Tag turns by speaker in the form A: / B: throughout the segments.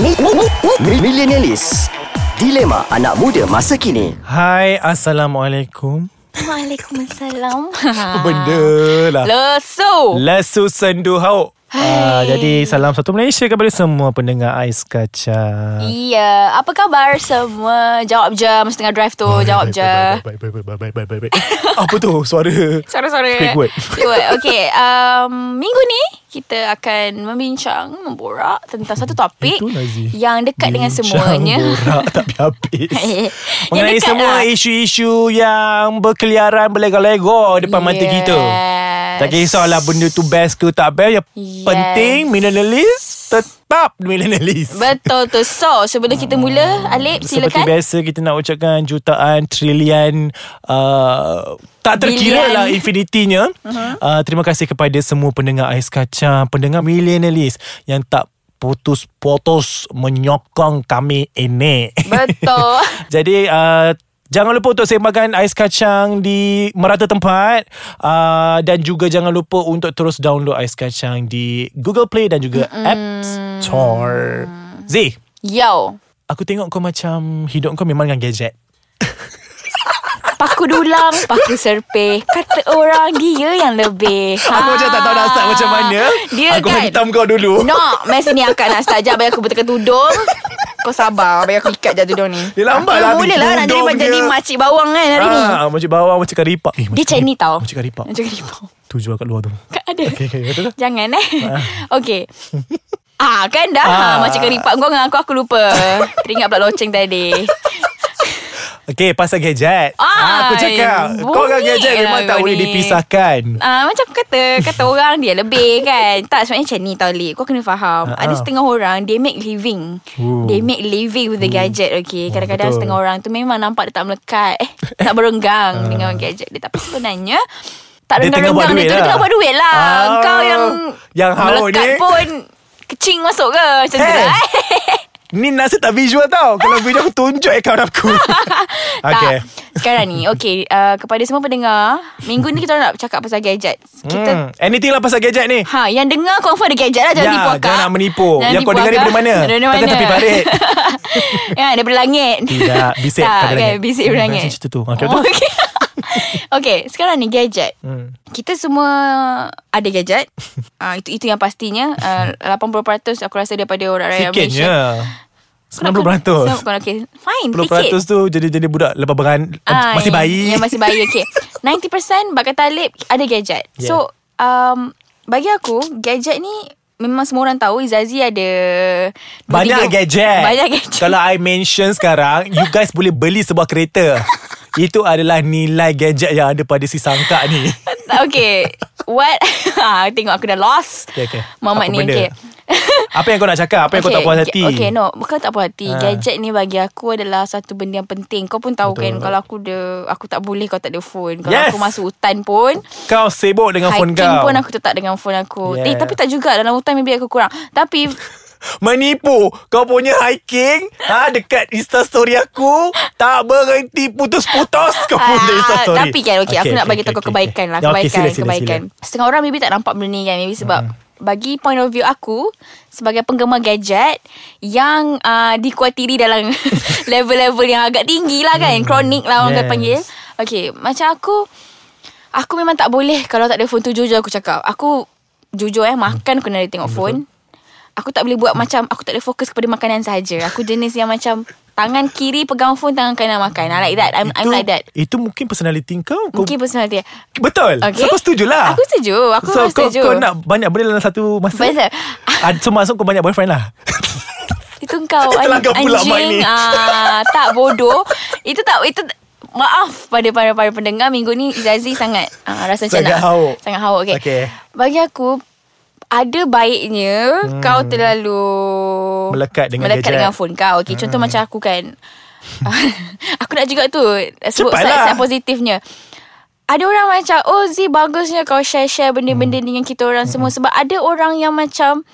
A: Mi- mi- mi- mi- Millenialis Dilema anak muda masa kini
B: Hai, Assalamualaikum.
C: Waalaikumsalam.
B: Apa benda lah.
C: Lesu.
B: Lesu sendu hauk. Uh, jadi salam satu Malaysia kepada semua pendengar Ais Kacang.
C: Iya, apa khabar semua? Jawab je masa tengah drive tu, jawab je.
B: Baik, baik, baik, baik, baik, baik, baik, baik. Apa tu suara?
C: Suara-suara.
B: Speak word.
C: Speak word. Okay, um, minggu ni kita akan membincang, memborak tentang satu topik
B: Itu Nazi.
C: yang dekat dengan
B: Bincang
C: semuanya.
B: borak tak habis.
C: Yang
B: Mengenai
C: dekat
B: semua
C: lah.
B: isu-isu yang berkeliaran berlego-lego depan mata kita.
C: Yes.
B: Tak kisahlah benda tu best ke tak best. Yang
C: Yes.
B: penting millennialist tetap millennialist.
C: Betul tu. So, sebelum kita mula, Alip
B: Seperti
C: silakan.
B: biasa kita nak ucapkan jutaan, trilian, uh, tak terkira
C: Bilion.
B: lah infinitinya. Uh-huh. Uh, terima kasih kepada semua pendengar Ais Kacang, pendengar millennialist yang tak putus-putus menyokong kami ini.
C: Betul.
B: Jadi uh, Jangan lupa untuk sembahkan ais kacang di merata tempat uh, dan juga jangan lupa untuk terus download ais kacang di Google Play dan juga mm App Store. Z,
C: Yo.
B: aku tengok kau macam hidup kau memang dengan gadget.
C: Paku dulang, paku serpeh. Kata orang dia yang lebih. Ha.
B: Aku macam tak tahu nak start macam mana.
C: Ah. Dia
B: aku
C: kan.
B: hentam kau dulu.
C: No, masa ni akak nak start. Sekejap bagi aku betulkan tudung. Kau sabar. Bagi aku ikat je tudung ni.
B: Dia lambat lah habis
C: Mula lah nak jadi,
B: tudung
C: jadi
B: dia.
C: makcik bawang kan hari ni.
B: Ah, macam bawah macam karipak. Eh,
C: Dia macam ni tau.
B: Macam karipak.
C: Macam karipau.
B: Tu jual kat luar tu.
C: Kak ada.
B: Okay, okay, kata dah.
C: Jangan eh. Okay. Ah kan dah ah.
B: Ah.
C: Macam keripak kau dengan aku Aku lupa Teringat pula loceng tadi
B: Okay, pasal gadget.
C: Ah,
B: aku cakap. Kau dengan
C: bunyi
B: gadget
C: lah
B: memang tak
C: kau
B: boleh
C: ni.
B: dipisahkan.
C: Ah macam kata kata orang dia lebih kan. Tak sebenarnya macam ni tau Lee. Kau kena faham.
B: Ha-ha.
C: Ada setengah orang they make living.
B: Ah, Ooh. Hmm.
C: They make living with the gadget okay.
B: Wah,
C: Kadang-kadang
B: betul.
C: setengah orang tu memang nampak dia tak melekat. Eh, tak berenggang dengan gadget dia. Tapi sebenarnya tak
B: Ah. Dia tengah buat duit
C: renggang-renggang dia, tu dia
B: lah.
C: tengah buat duit lah.
B: Ah,
C: Kau yang
B: yang haur
C: melekat
B: ni.
C: pun kecing masuk ke macam tu
B: Eh.
C: lah. eh.
B: Ni nasi tak visual tau Kalau video aku tunjuk akaun aku Okay
C: Tak. Sekarang ni Okay uh, Kepada semua pendengar Minggu ni kita nak cakap pasal gadget Kita
B: hmm, Anything lah pasal gadget ni
C: Ha, yang dengar confirm ada gadget lah. Jangan
B: Ya,
C: tipu akak.
B: jangan nak menipu. Yang kau
C: tipu
B: dengar ni
C: akak.
B: daripada mana?
C: Daripada mana?
B: Takkan tepi parit.
C: ya, daripada langit.
B: Tidak Bisik
C: tak,
B: pada
C: kan,
B: langit
C: Bisik pada
B: Hmm,
C: langit.
B: Macam cerita tu Okay betul?
C: Oh, okay. okay, sekarang ni gadget.
B: Hmm.
C: Kita semua ada gadget. Ah itu itu yang pastinya. Uh, 80% aku rasa daripada orang raya
B: Sikitnya
C: Malaysia.
B: 90%
C: Okay, fine.
B: 10%
C: Sikit.
B: tu jadi jadi budak lepas beran
C: Ah,
B: masih
C: yang-
B: bayi.
C: Yang masih bayi okay. 90% bakal talib ada gadget.
B: Yeah.
C: Yeah. So um, bagi aku gadget ni memang semua orang tahu Izazi ada dua,
B: Banyak
C: tiga-
B: gadget.
C: Banyak gadget.
B: Kalau I mention sekarang, you guys boleh beli sebuah kereta. Itu adalah nilai gadget yang ada pada si sangka ni.
C: okay. What? Ha, Tengok aku dah lost.
B: Okay, okay.
C: Mamat
B: Apa
C: ni
B: benda?
C: okay.
B: Apa yang kau nak cakap? Apa yang kau tak puas hati?
C: Okay no Bukan tak puas hati
B: Ha.
C: Gadget ni bagi aku Adalah satu benda yang penting Kau pun tahu
B: Betul.
C: kan Kalau aku de, Aku tak boleh Kau tak ada phone Kalau
B: Yes.
C: aku masuk hutan pun
B: Kau sibuk dengan phone
C: Hiking
B: kau.
C: pun aku tetap dengan phone aku
B: Yeah.
C: yeah. Eh tapi tak juga Dalam hutan maybe aku kurang Tapi
B: Menipu Kau punya hiking ha, Dekat instastory aku Tak berhenti putus-putus Kau punya
C: Ah,
B: instastory
C: Tapi kan okay, Aku nak bagi tahu kau kebaikan lah Kebaikan
B: Ya, okay, sila, sila,
C: kebaikan.
B: sila.
C: Setengah orang maybe tak nampak benda ni kan Maybe sebab Bagi point of view aku Sebagai penggemar gadget Yang uh, dikuatiri dalam Level-level yang agak tinggi lah kan Kronik lah
B: Yes.
C: orang yes. panggil Okay Macam aku Aku memang tak boleh Kalau tak ada phone tu Jujur aku cakap Aku Jujur eh Makan aku kena ada tengok phone Aku tak boleh buat macam Aku tak boleh fokus kepada makanan saja. Aku jenis yang macam Tangan kiri pegang phone Tangan kanan makan I like that I'm, I'm
B: Itu-
C: like that
B: Itu mungkin personality kau, kau
C: Mungkin personality
B: Betul So
C: Okay.
B: kau setuju lah
C: Aku setuju Aku
B: so,
C: memang setuju
B: kau, kau nak banyak benda dalam satu masa
C: Betul.
B: Ah, So maksud kau banyak boyfriend lah
C: Itu kau an-
B: Terlanggar pula mic ni.
C: Anjing ah, Tak bodoh Itu tak Itu tak- Maaf pada para para pendengar minggu ni Zazie sangat ah, rasa macam
B: Sangat
C: nak-
B: hauk.
C: Sangat hauk okay.
B: Okay.
C: Bagi aku ada baiknya hmm. kau terlalu
B: Melekat dengan
C: melekat
B: gadget. Hmm.
C: dengan phone kau. Okey, contoh macam aku kan. aku nak juga tu sebut
B: Cepatlah.
C: side-side positifnya. Ada orang macam Oh Z bagusnya kau share-share Benda-benda hmm. dengan kita orang semua Sebab ada orang yang macam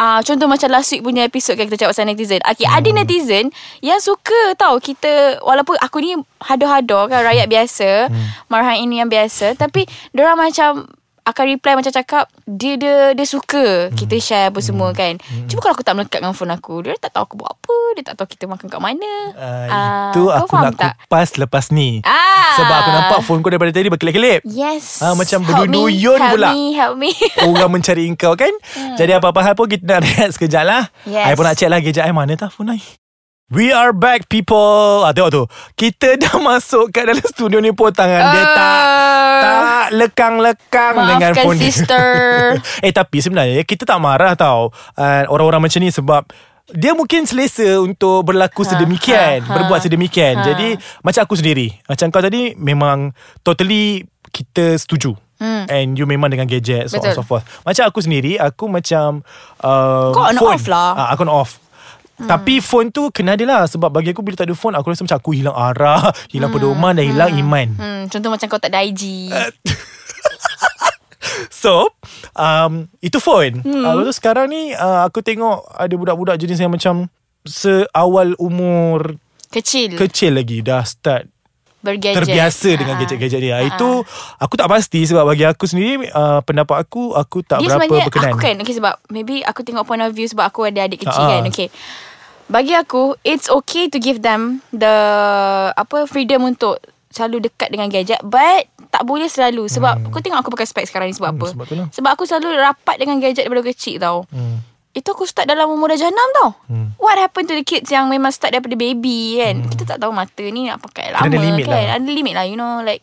C: Ah, contoh macam last week punya episod kan kita cakap pasal netizen. Okay, hmm. ada netizen yang suka tau kita walaupun aku Hmm. ni hado-hado kan rakyat biasa, hmm. marhain yang biasa tapi orang macam akan reply macam cakap dia dia dia suka kita share apa semua kan. Cuma kalau aku tak melekat dengan phone aku, dia tak tahu aku buat apa, dia tak tahu kita makan kat mana.
B: Uh,
C: Ah,
B: itu
C: kau
B: aku
C: faham
B: nak kupas lepas ni.
C: Ah.
B: Sebab aku nampak phone kau daripada tadi berkelip-kelip.
C: Yes.
B: Ah, macam
C: Help me,
B: berduyun
C: help
B: pula.
C: me, help me.
B: Orang mencari engkau kan Jadi apa-apa hal pun Kita nak rehat sekejap lah
C: Hmm. Yes.
B: I pun nak check lah Kejap I mana tak phone I We are back people ah, Tengok tu Kita dah masuk Kat dalam studio ni pun Tangan dia tak Tak lekang-lekang Dengan
C: Oh. Maafkan
B: phone dia.
C: sister.
B: Eh tapi sebenarnya Kita tak marah tau uh, Orang-orang macam ni sebab dia mungkin selesa untuk berlaku sedemikian,
C: ha,
B: berbuat sedemikian.
C: ha.
B: Jadi macam aku sendiri, macam kau tadi memang totally kita setuju. Hmm. And you memang dengan gadget so on
C: Betul.
B: so forth. Macam aku sendiri, aku macam uh,
C: Kau on
B: phone.
C: off lah.
B: Ah, aku on off. Hmm. Tapi phone tu kena ada lah Sebab bagi aku bila tak ada phone Aku rasa macam aku hilang arah Hilang hmm. pedoman dan hilang iman
C: Hmm, contoh macam kau tak ada IG.
B: So um, Itu phone hmm. uh, Lepas tu sekarang ni uh, Aku tengok Ada budak-budak jenis yang macam Seawal umur
C: Kecil.
B: Kecil lagi Dah start
C: bergadget.
B: Terbiasa dengan
C: Ah.
B: gadget-gadget dia Itu Aku tak pasti Sebab bagi aku sendiri uh, Pendapat aku Aku tak
C: dia
B: berapa
C: sebenarnya
B: berkenan
C: aku kan okay, sebab maybe aku tengok point of view sebab aku ada adik kecil
B: Ah.
C: kan okay bagi aku it's okay to give them the apa freedom untuk selalu dekat dengan gadget but tak boleh selalu sebab hmm. kau tengok aku pakai spek sekarang ni sebab
B: Hmm,
C: apa
B: sebab tu lah.
C: sebab aku selalu rapat dengan gadget daripada kecil tau hmm. itu aku start dalam umur dah jenam tau hmm. what happened to the kids yang memang start daripada baby kan hmm. kita tak tahu mata ni nak pakai lama
B: Kena ada limit
C: kan
B: lah.
C: ada limit lah you know like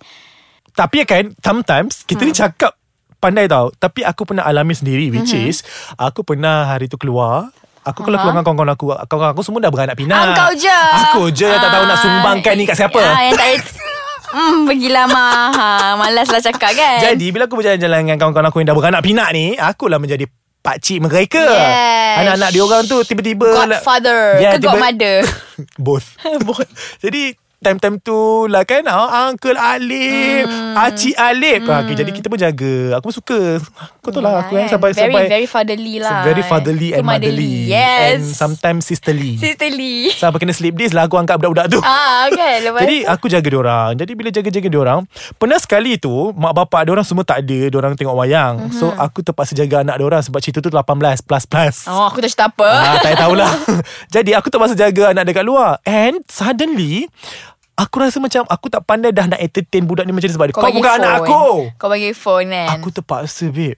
B: Tapi kan Sometimes Kita hmm. ni cakap Pandai tau Tapi aku pernah alami sendiri Which hmm. is Aku pernah hari tu keluar Aku kalau keluar dengan kawan-kawan aku Kawan-kawan aku semua dah beranak pinak
C: Engkau Ah, je
B: Aku je yang tak tahu nak
C: Ah,
B: sumbangkan ni kat siapa
C: ah, Yang tak Hmm, pergilah mah ha, Malaslah cakap kan
B: Jadi bila aku berjalan-jalan dengan kawan-kawan aku yang dah beranak pinak ni, akulah menjadi pakcik mereka.
C: Yes.
B: Anak-anak dia orang tu tiba-tiba
C: Godfather
B: Ya,
C: yeah, Ke godmother
B: Both. Both. Jadi time-time tu lah kan ah, Uncle Alip
C: Hmm.
B: mm. Acik Alip mm. okay, Jadi kita pun jaga Aku pun suka Kau tahu lah aku kan sampai
C: Ya, Ah, very,
B: sampai
C: Very fatherly lah
B: Very fatherly and
C: Ke
B: motherly
C: Yes
B: And sometimes sisterly
C: Sisterly
B: Sampai kena sleep days lah Aku angkat budak-budak tu
C: Ah kan Lepas
B: jadi aku jaga diorang Jadi bila jaga-jaga diorang Pernah sekali tu Mak bapak diorang semua tak ada Diorang tengok
C: Mhm.
B: wayang mm-hmm. So aku terpaksa jaga anak diorang Sebab cerita tu 18 plus plus
C: Oh aku tak cerita apa
B: ah, Tak payah tahulah Jadi aku terpaksa jaga anak dekat luar And suddenly Aku rasa macam Aku tak pandai dah nak entertain budak ni macam ni Sebab dia, kau, kau
C: bagi
B: bukan anak
C: phone.
B: aku
C: Kau bagi phone kan
B: Aku terpaksa babe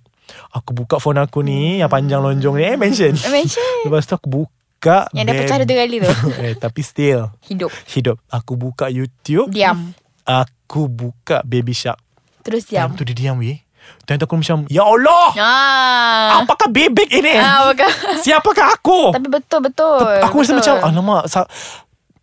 B: Aku buka phone aku
C: Hmm.
B: ni Yang panjang lonjong ni Eh mention
C: Mention.
B: Lepas tu aku buka
C: Yang dah
B: babe.
C: pecah dua kali tu.
B: eh, Tapi still
C: Hidup
B: Hidup Aku buka YouTube
C: Diam
B: Aku buka Baby Shark
C: Terus
B: Time
C: diam
B: tu dia diam weh Time tu aku macam Ya Allah
C: Ah
B: Apakah bebek ini
C: Ah, bukan.
B: Siapakah aku
C: Tapi betul-betul
B: Aku rasa macam Alamak sa-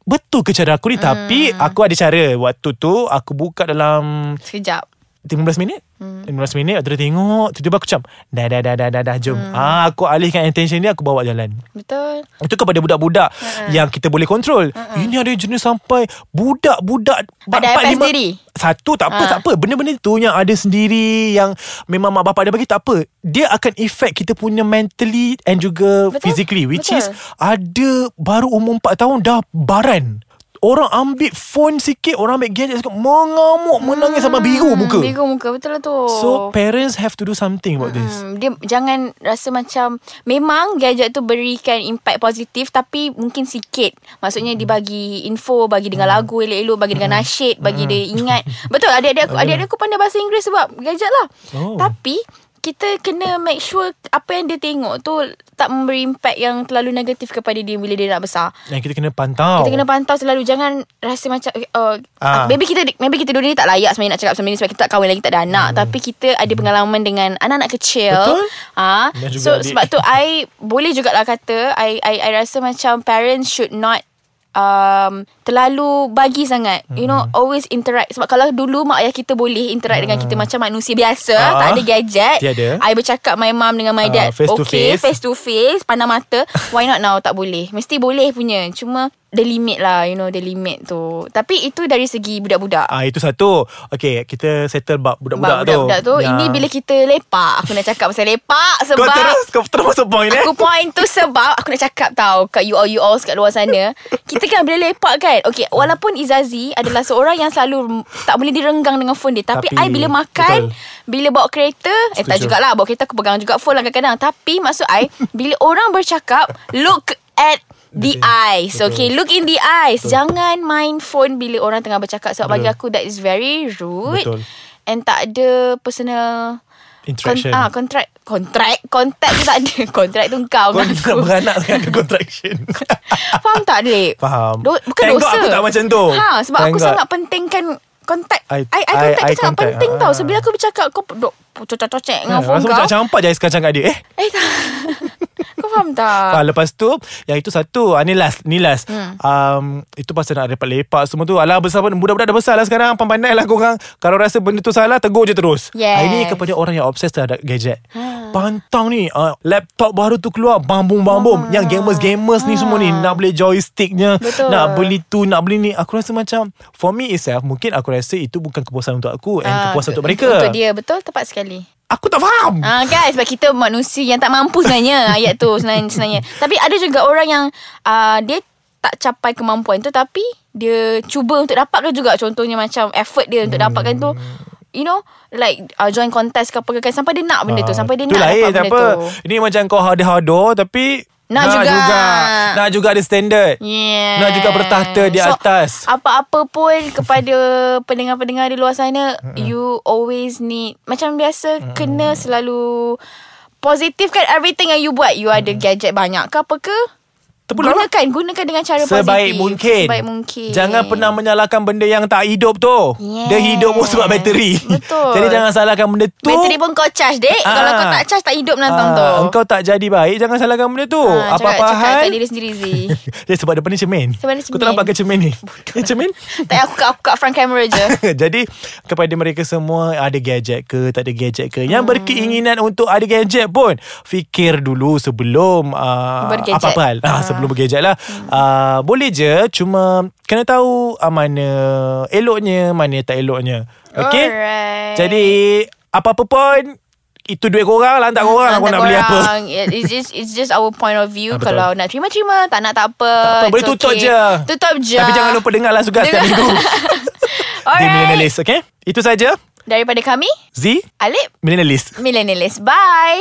B: Betul ke cara aku ni Tapi aku ada cara Waktu tu Aku buka dalam
C: Sekejap
B: 15 minit 15 minit Aku tengok Tiba-tiba aku macam Dah dah dah dah dah, dah Jom ah, Aku alihkan attention dia Aku bawa jalan
C: Betul
B: itu kepada budak-budak uh-uh. Yang kita boleh kontrol uh-uh. Ini ada jenis sampai Budak-budak empat-
C: Ada
B: empat,
C: iPad
B: lima-
C: sendiri?
B: Satu tak apa
C: Ah.
B: tak apa Benda-benda tu yang ada sendiri Yang memang mak bapak ada bagi tak apa Dia akan effect kita punya mentally And juga
C: Betul,
B: physically Which
C: betul.
B: is Ada baru umur 4 tahun dah baran Orang ambil phone sikit Orang ambil gadget sikit Mengamuk Menangis sama biru muka
C: Hmm, Biru muka betul lah tu
B: So parents have to do something about this
C: Hmm, dia jangan rasa macam memang gadget tu berikan impact positif tapi mungkin sikit. Maksudnya dia bagi info, bagi dengar lagu elok-elok, bagi dengar nasyid, bagi dia ingat. Betul adik-adik aku adik-adik aku pandai bahasa Inggeris sebab gadget lah.
B: Oh.
C: Tapi kita kena make sure apa yang dia tengok tu tak memberi impact yang terlalu negatif kepada dia bila dia nak besar.
B: Dan kita kena pantau
C: Kita kena pantau selalu Jangan rasa macam uh,
B: Ah.
C: ah. Maybe kita Maybe kita dua ni tak layak Sebenarnya nak cakap Sebenarnya sebab kita tak kahwin lagi Tak ada anak hmm. Tapi kita ada pengalaman Dengan anak-anak kecil
B: Betul.
C: ah.
B: Dan juga
C: So
B: adik.
C: sebab tu I Boleh jugalah kata I, I, I rasa macam Parents should not Um, terlalu bagi sangat You
B: Hmm.
C: know Always interact Sebab kalau dulu Mak ayah kita boleh Interact dengan kita Macam manusia biasa
B: Hmm. Ah.
C: Tak ada gadget
B: Tiada.
C: I bercakap My mum dengan my
B: Ah,
C: dad
B: face to
C: okay,
B: face.
C: face to face Pandang mata Why not now Tak boleh Mesti boleh punya Cuma The limit lah You know the limit tu Tapi itu dari segi Budak-budak
B: Ah itu satu. Okay, kita settle bab
C: Bab
B: budak-budak tu. Ya.
C: Budak-budak tu Ini bila kita lepak Aku nak cakap pasal lepak Sebab
B: Kau terus kau terus masuk point eh.
C: Aku point tu sebab Aku nak cakap tau Kat you all you all Kat luar sana Kita kan bila lepak kan kan Okay
B: Hmm.
C: Walaupun Izazi Adalah seorang yang selalu Tak boleh direnggang dengan phone dia Tapi,
B: Tapi,
C: I bila makan betul. Bila bawa kereta Eh tak
B: Setuju.
C: jugalah Bawa kereta aku pegang juga phone lah kadang-kadang Tapi maksud I Bila orang bercakap Look at The eyes
B: Betul.
C: Okay Look in the eyes Betul. Jangan main phone Bila orang tengah bercakap Sebab bagi aku
B: Betul.
C: That is very rude
B: Betul.
C: And tak ada Personal
B: Interaction.
C: ah, kontrak Kontrak Kontak tu tak ada Kontrak tu kau
B: Kau
C: dengan
B: nak
C: aku.
B: beranak dengan ke contraction
C: Faham tak Lip?
B: Faham.
C: Do- bukan
B: Thank
C: dosa.
B: God aku tak macam tu.
C: Ha, sebab
B: Thank
C: aku
B: God.
C: sangat pentingkan kontak. I,
B: I-
C: I, I
B: I-
C: contact tu
B: I
C: sangat
B: contact.
C: penting
B: Ah.
C: tau. So, bila aku bercakap, kau duk cocok-cocok dengan phone
B: Rasa
C: kau.
B: macam campak je ais kacang kat dia Eh
C: Eh, tak. kau faham
B: Ah,
C: tak?
B: lepas tu Yang itu satu ah, Ni last Ni last hmm. um, Itu pasal nak lepak-lepak Semua tu Alah besar pun Budak-budak dah besar lah sekarang Pandai lah korang Kalau rasa benda tu salah Tegur je terus
C: Yes. Ha.
B: Ah, Ini kepada orang yang obses terhadap gadget Pantang ni uh, Laptop baru tu keluar Bambung-bambung Yang gamers-gamers ni semua ni Nak beli joysticknya
C: Ah. Betul.
B: Nak beli tu Nak beli ni Aku rasa macam For me itself Mungkin aku rasa Itu bukan kepuasan untuk aku And
C: Ah,
B: kepuasan untuk
C: untuk-
B: mereka
C: Untuk dia, betul? Tepat sekali.
B: Aku tak faham
C: Ah guys sebab kita manusia yang tak mampu sebenarnya ayat tu sebenarnya, sebenarnya. Tapi ada juga orang yang uh, dia tak capai kemampuan tu tapi dia cuba untuk dapatkan juga contohnya macam effort dia untuk dapatkan tu
B: Hmm.
C: you know like uh, join contest ke apa ke kan sampai dia nak benda tu
B: Ah,
C: sampai dia
B: tu
C: nak
B: lain,
C: dapat
B: tak
C: benda
B: apa.
C: tu.
B: Ini macam kau hado-hado tapi
C: Nak juga.
B: Nak juga ada standard.
C: Yeah.
B: Nak juga bertahta di
C: so,
B: atas.
C: Apa-apa pun kepada pendengar-pendengar di luar sana, you always need macam biasa kena selalu positif kan everything yang you buat. You ada gadget banyak ke apa ke?
B: Terpulang lah.
C: gunakan, gunakan dengan cara
B: Sebaik
C: positif.
B: mungkin.
C: Sebaik mungkin.
B: Jangan pernah menyalahkan benda yang tak hidup tu.
C: Yes.
B: Dia hidup pun sebab bateri.
C: Betul.
B: Jadi jangan salahkan benda tu.
C: Bateri pun kau charge dek
B: Ah.
C: Kalau kau tak charge Tak
B: Ah,
C: hidup menantang tu
B: Engkau tak jadi baik Jangan salahkan benda tu
C: Ah, cakap-
B: Apa-apa
C: cakap
B: hal
C: kat diri sendiri Zee.
B: Dia sebab depan ni cermin
C: Sebab dia
B: Kau
C: cermin.
B: tak nampak ke cermin ni Ni cermin
C: Tak payah aku buka Aku buka front camera je
B: Jadi kepada mereka semua ada gadget ke tak ada gadget ke
C: Hmm.
B: yang berkeinginan untuk ada gadget pun fikir dulu sebelum uh,
C: Bergadget. Ah. Hmm.
B: apa-apa hal uh. sebelum bergadget lah uh, boleh je cuma kena tahu uh, mana eloknya mana tak eloknya okey
C: Alright.
B: jadi apa-apa pun itu duit korang lah hantar korang lah kau nak beli apa
C: Hmm, Korang, It's just, it's just our point of view
B: Ah, betul.
C: Kalau nak terima-terima Tak nak tak apa
B: Tak apa,
C: It's
B: boleh tutup
C: okay.
B: je
C: Tutup je
B: Tapi jangan lupa dengar lah Sugar setiap
C: Dengar.
B: minggu Di
C: Alright
B: Millennialist okay? Itu saja
C: Daripada kami
B: Z
C: Alip
B: Millennialist
C: Millennialist Bye